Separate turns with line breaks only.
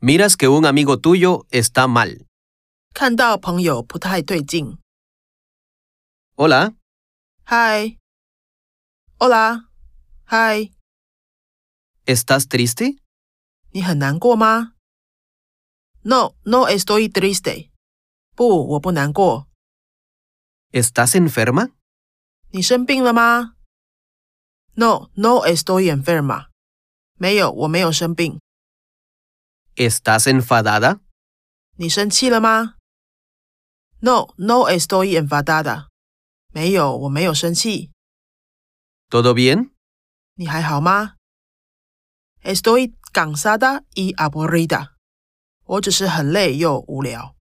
Miras que un amigo tuyo está mal.
看到朋友不太对劲。
Hola,
嗨，Hola，嗨，
¿estás triste?
你很难过吗？No，no estoy triste。不，我不难过。
¿Estás enferma?
你生病了吗？No，no estoy enferma。没有，我没有生病。
¿Estás enfadada?
你生气了吗？No，no estoy enfadada。没有，我没有生气。
¿Todo bien?
你还好吗？Estoy cansada y aburrida。我只是很累又无聊。